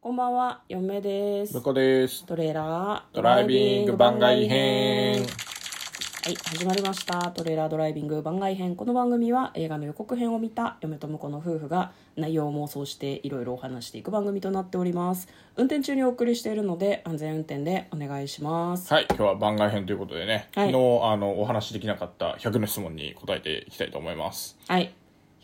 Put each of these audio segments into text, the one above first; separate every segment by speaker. Speaker 1: こんばんは、嫁です
Speaker 2: 向。こうです。
Speaker 1: トレーラー
Speaker 2: ドライビング番外編。
Speaker 1: はい、始まりました。トレーラードライビング番外編。この番組は映画の予告編を見た嫁と婿の夫婦が内容を妄想していろいろお話していく番組となっております。運転中にお送りしているので安全運転でお願いします。
Speaker 2: はい、今日は番外編ということでね、
Speaker 1: はい
Speaker 2: 昨日あのお話しできなかった100の質問に答えていきたいと思います。
Speaker 1: はい、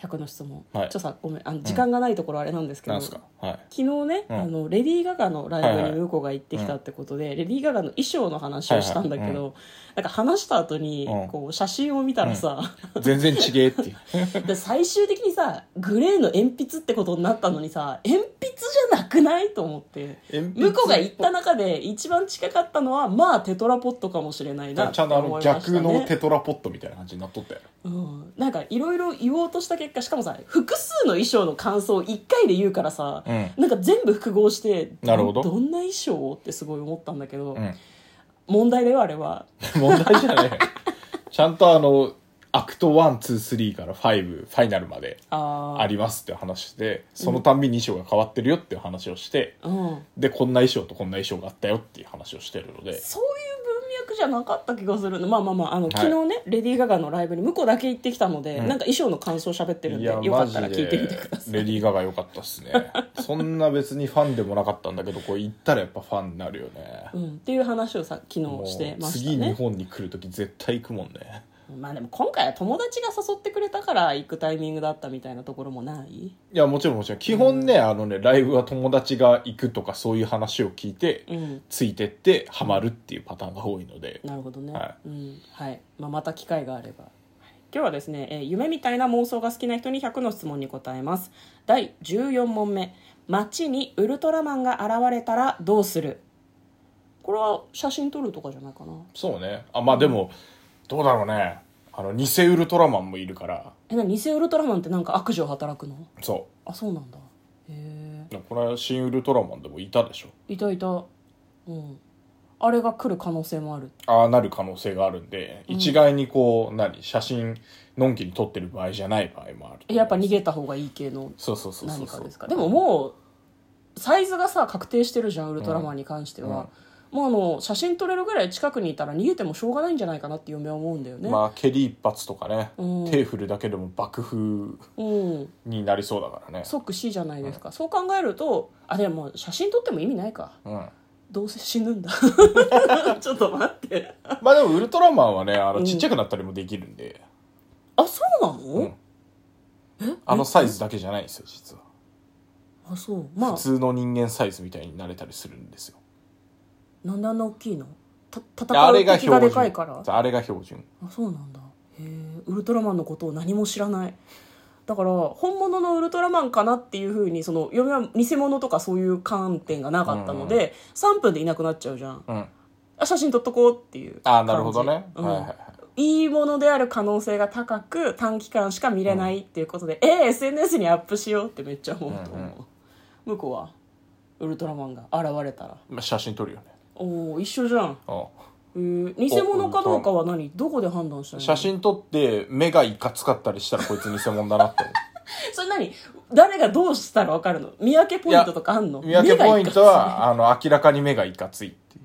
Speaker 1: 100の質問。
Speaker 2: は
Speaker 1: ちょっ
Speaker 2: い
Speaker 1: とさ、ごめん、あの時間がないところあれなんですけど。
Speaker 2: なんですかはい。
Speaker 1: 昨日ね、
Speaker 2: ん
Speaker 1: あのレディー・ガガのライ
Speaker 2: は
Speaker 1: ブ
Speaker 2: い
Speaker 1: に
Speaker 2: はい
Speaker 1: 向こうが行ってきたってことで、レディー・ガガの衣装の話をしたんだけど、
Speaker 2: はいは
Speaker 1: なんか話した後に、
Speaker 2: うん
Speaker 1: こう写真を見たらさ、
Speaker 2: 全然ちげ えっていう。
Speaker 1: で最終的にさグレーの鉛筆ってことになったのにさ鉛筆じゃなくないと思って
Speaker 2: 鉛筆
Speaker 1: 向こうが行った中で一番近かったのはまあテトラポットかもしれないな
Speaker 2: ち
Speaker 1: って
Speaker 2: ゃんとあ
Speaker 1: 思
Speaker 2: の
Speaker 1: いました、ね、
Speaker 2: 逆のテトラポットみたいな感じになっとったよ。
Speaker 1: うん、なんかいろいろ言おうとした結果しかもさ複数の衣装の感想を1回で言うからさ、
Speaker 2: うん
Speaker 1: なんか全部複合して
Speaker 2: なるほど
Speaker 1: んな衣装をってすごい思ったんだけど、
Speaker 2: うん。
Speaker 1: 問題だよあれは
Speaker 2: 問題じゃねえ。ちゃんとあの、アクト1、2、3から5、ファイナルまで
Speaker 1: あ
Speaker 2: ありますって話して、そのたんびに衣装が変わってるよっていう話をして、
Speaker 1: あ、うん、
Speaker 2: で、こんな衣装とこんな衣装があったよっていう話をしてるので、
Speaker 1: そういう文脈じゃなかった気がするのまあまあまああの、
Speaker 2: い
Speaker 1: 昨日ねレディー・ガガのライブに向こうだけ行ってきたので、
Speaker 2: うん
Speaker 1: なんか衣装の感想喋ってるんで
Speaker 2: いや
Speaker 1: よかったら聞いてみてくだ
Speaker 2: マ
Speaker 1: さ
Speaker 2: ジ
Speaker 1: い
Speaker 2: でレディー・ガガ良かったっすね そんな別にファンでもなかったんだけどこう行ったらやっぱファンになるよね
Speaker 1: う、ん、っていう話をさ昨
Speaker 2: もう
Speaker 1: 日してました
Speaker 2: 次日
Speaker 1: ね
Speaker 2: 本に来る時絶対行くもんね
Speaker 1: まあでも今回は友達が誘ってくれたから行くタイミングだったみたいなところもない
Speaker 2: いやもちろんもちろん基本ね、あのねライブは友達が行くとかそういう話を聞いて、
Speaker 1: うん
Speaker 2: ついてってハマるっていうパターンが多いので、
Speaker 1: なるほどね、
Speaker 2: は
Speaker 1: うんはいまあ、また機会があれば今日はですね、えー夢みたいな妄想が好きな人に100の質問に答えます第14問目「街にウルトラマンが現れたらどうする?」これは写真撮るとかじゃないかな
Speaker 2: そうねあまあでも、どうだろうねあの偽ウルトラマンもいるから
Speaker 1: えな偽ウルトラマンってなんか悪事を働くの
Speaker 2: そ
Speaker 1: あそうなんだへ
Speaker 2: うこれは新ウルトラマンでもいたでしょ
Speaker 1: えいたいたうんあれが来る可能性もある
Speaker 2: ああなる可能性があるんで、一概にこう何写真のんきに撮ってる場合じゃない場合もある
Speaker 1: えやっぱ逃げた方がいい系の
Speaker 2: そうそうそうそ
Speaker 1: 何
Speaker 2: う
Speaker 1: か
Speaker 2: そう
Speaker 1: ですかでももうサイズがさ確定してるじゃんウルトラマンに関しては、もうあの写真撮れるぐらい近くにいたら逃げてもしょうがないんじゃないかなって嫁は思うんだよね、
Speaker 2: まあ蹴り一発とかね、
Speaker 1: うん
Speaker 2: 手振るだけでも爆風
Speaker 1: うん
Speaker 2: になりそうだからね
Speaker 1: 即死じゃないですか、そう考えるとあでも写真撮っても意味ないか
Speaker 2: うん、ま
Speaker 1: どうせ死ぬんだ ちょっと待って
Speaker 2: あでもウルトラマンはねあ
Speaker 1: うん
Speaker 2: のちっちゃくなったりもできるんで、
Speaker 1: あそうなの、
Speaker 2: うんあのサイズだけじゃないんですよ実は
Speaker 1: あそうま
Speaker 2: 普通の人間サイズみたいになれたりするんですよ
Speaker 1: あなんであんな大きいのた戦
Speaker 2: あ
Speaker 1: う
Speaker 2: れが
Speaker 1: 敵
Speaker 2: 標
Speaker 1: がで
Speaker 2: 準
Speaker 1: かいから
Speaker 2: あれが標準
Speaker 1: あそうなんだへえウルトラマンのことを何も知らないだから本物のウルトラマンかなっていうふうにその嫁は偽物とかそういう観点がなかったの
Speaker 2: うん
Speaker 1: で、3分でいなくなっちゃうじゃん
Speaker 2: うん
Speaker 1: あ写真撮っとこうっていう
Speaker 2: ああなるほどね、
Speaker 1: 感じ
Speaker 2: はいはいはい
Speaker 1: うん、いいものである可能性が高く短期間しか見れないっていうことで、えー SNS にアップしようってめっちゃ思うと思う、
Speaker 2: うん
Speaker 1: 向こうはウルトラマンが現れたら
Speaker 2: まあ写真撮るよね
Speaker 1: おお一緒じゃん、
Speaker 2: うん
Speaker 1: えー偽物かどうかは何どこで判断したの
Speaker 2: 写真撮って目がいかつかったりしたらこいつ偽物だなって思
Speaker 1: それ何誰がどうしたら分かるの見分けポイントとかあんの
Speaker 2: う見分けポイン
Speaker 1: 目が
Speaker 2: ト
Speaker 1: いか
Speaker 2: はあの明らかに目がいかついっていう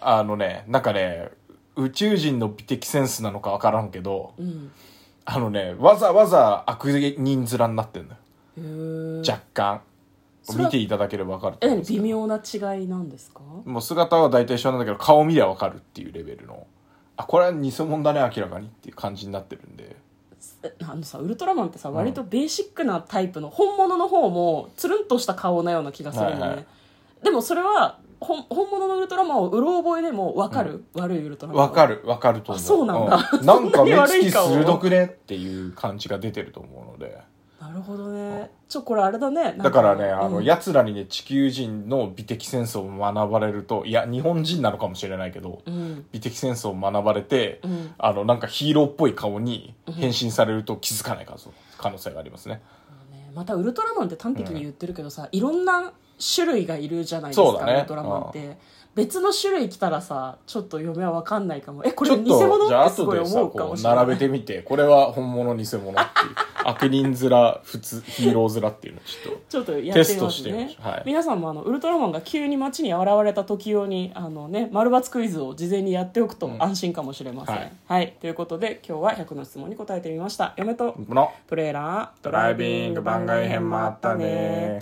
Speaker 2: あのねなんかね宇宙人の美的センスなのか分からんけど
Speaker 1: ついうん
Speaker 2: あのねわざわざ悪人面になってんのよ、
Speaker 1: へー
Speaker 2: 若干
Speaker 1: それは
Speaker 2: 見ていただければ分かると
Speaker 1: え何
Speaker 2: 思うんですけ
Speaker 1: 微
Speaker 2: ど
Speaker 1: 妙な違いなんですか
Speaker 2: もう姿は大体一緒なんだけど顔見りゃ分かるっていうレベルのあこれは偽物だね明らかにっていう感じになってるんで
Speaker 1: えあのさウルトラマンってさ割とベーシックなタイプの、本物の方もつるんとした顔なような気がするのね、
Speaker 2: はいはい
Speaker 1: でもそれは本本物のウルトラマンをうろ覚えでも分かる、悪いウルトラマン
Speaker 2: 分か
Speaker 1: る
Speaker 2: る分かると思う
Speaker 1: あそうなんだ
Speaker 2: うなんか目
Speaker 1: そんな
Speaker 2: つ
Speaker 1: に悪い
Speaker 2: き
Speaker 1: 顔
Speaker 2: 鋭くねっていう感じが出てると思うので
Speaker 1: なるほどねちょこれあれだねなん
Speaker 2: だからね、あ
Speaker 1: う
Speaker 2: の、
Speaker 1: ん
Speaker 2: 奴らにね、地球人の美的センスを学ばれると、いや、日本人なのかもしれないけど、
Speaker 1: うん
Speaker 2: 美的センスを学ばれて、
Speaker 1: うん
Speaker 2: あの、なんかヒーローっぽい顔に変身されると気づかない可能可能性がありますね。
Speaker 1: ねまたウルトラマンって端的に言ってるけどさ、いろんな種類がいるじゃないです
Speaker 2: そう
Speaker 1: か、
Speaker 2: だね
Speaker 1: ウルトラマンって別の種類来たらさちょっと嫁は分かんないかもえこ
Speaker 2: ち
Speaker 1: れ
Speaker 2: ょっ
Speaker 1: 偽
Speaker 2: と、じ
Speaker 1: 物
Speaker 2: ゃあ
Speaker 1: ってす
Speaker 2: 後
Speaker 1: ごい
Speaker 2: でさ、
Speaker 1: 思うかも
Speaker 2: こう、
Speaker 1: しれない
Speaker 2: 並べてみて、これは本物、偽物っていう。悪人面普通ヒーロー面っていうのをちょっと
Speaker 1: ちょっとや
Speaker 2: テ
Speaker 1: って
Speaker 2: ス
Speaker 1: み
Speaker 2: ト
Speaker 1: ま
Speaker 2: し
Speaker 1: す
Speaker 2: てみま
Speaker 1: ね
Speaker 2: しょうはい
Speaker 1: 皆さんもあのウルトラマンが急に街に現れた時用にあのね丸抜クイズを事前にやっておくと
Speaker 2: ん
Speaker 1: 安心かもしれません、
Speaker 2: は
Speaker 1: はいい、ということで今日は100の質問に答えてみました嫁と
Speaker 2: この
Speaker 1: トレーラード
Speaker 2: ドライビング番外編もあったね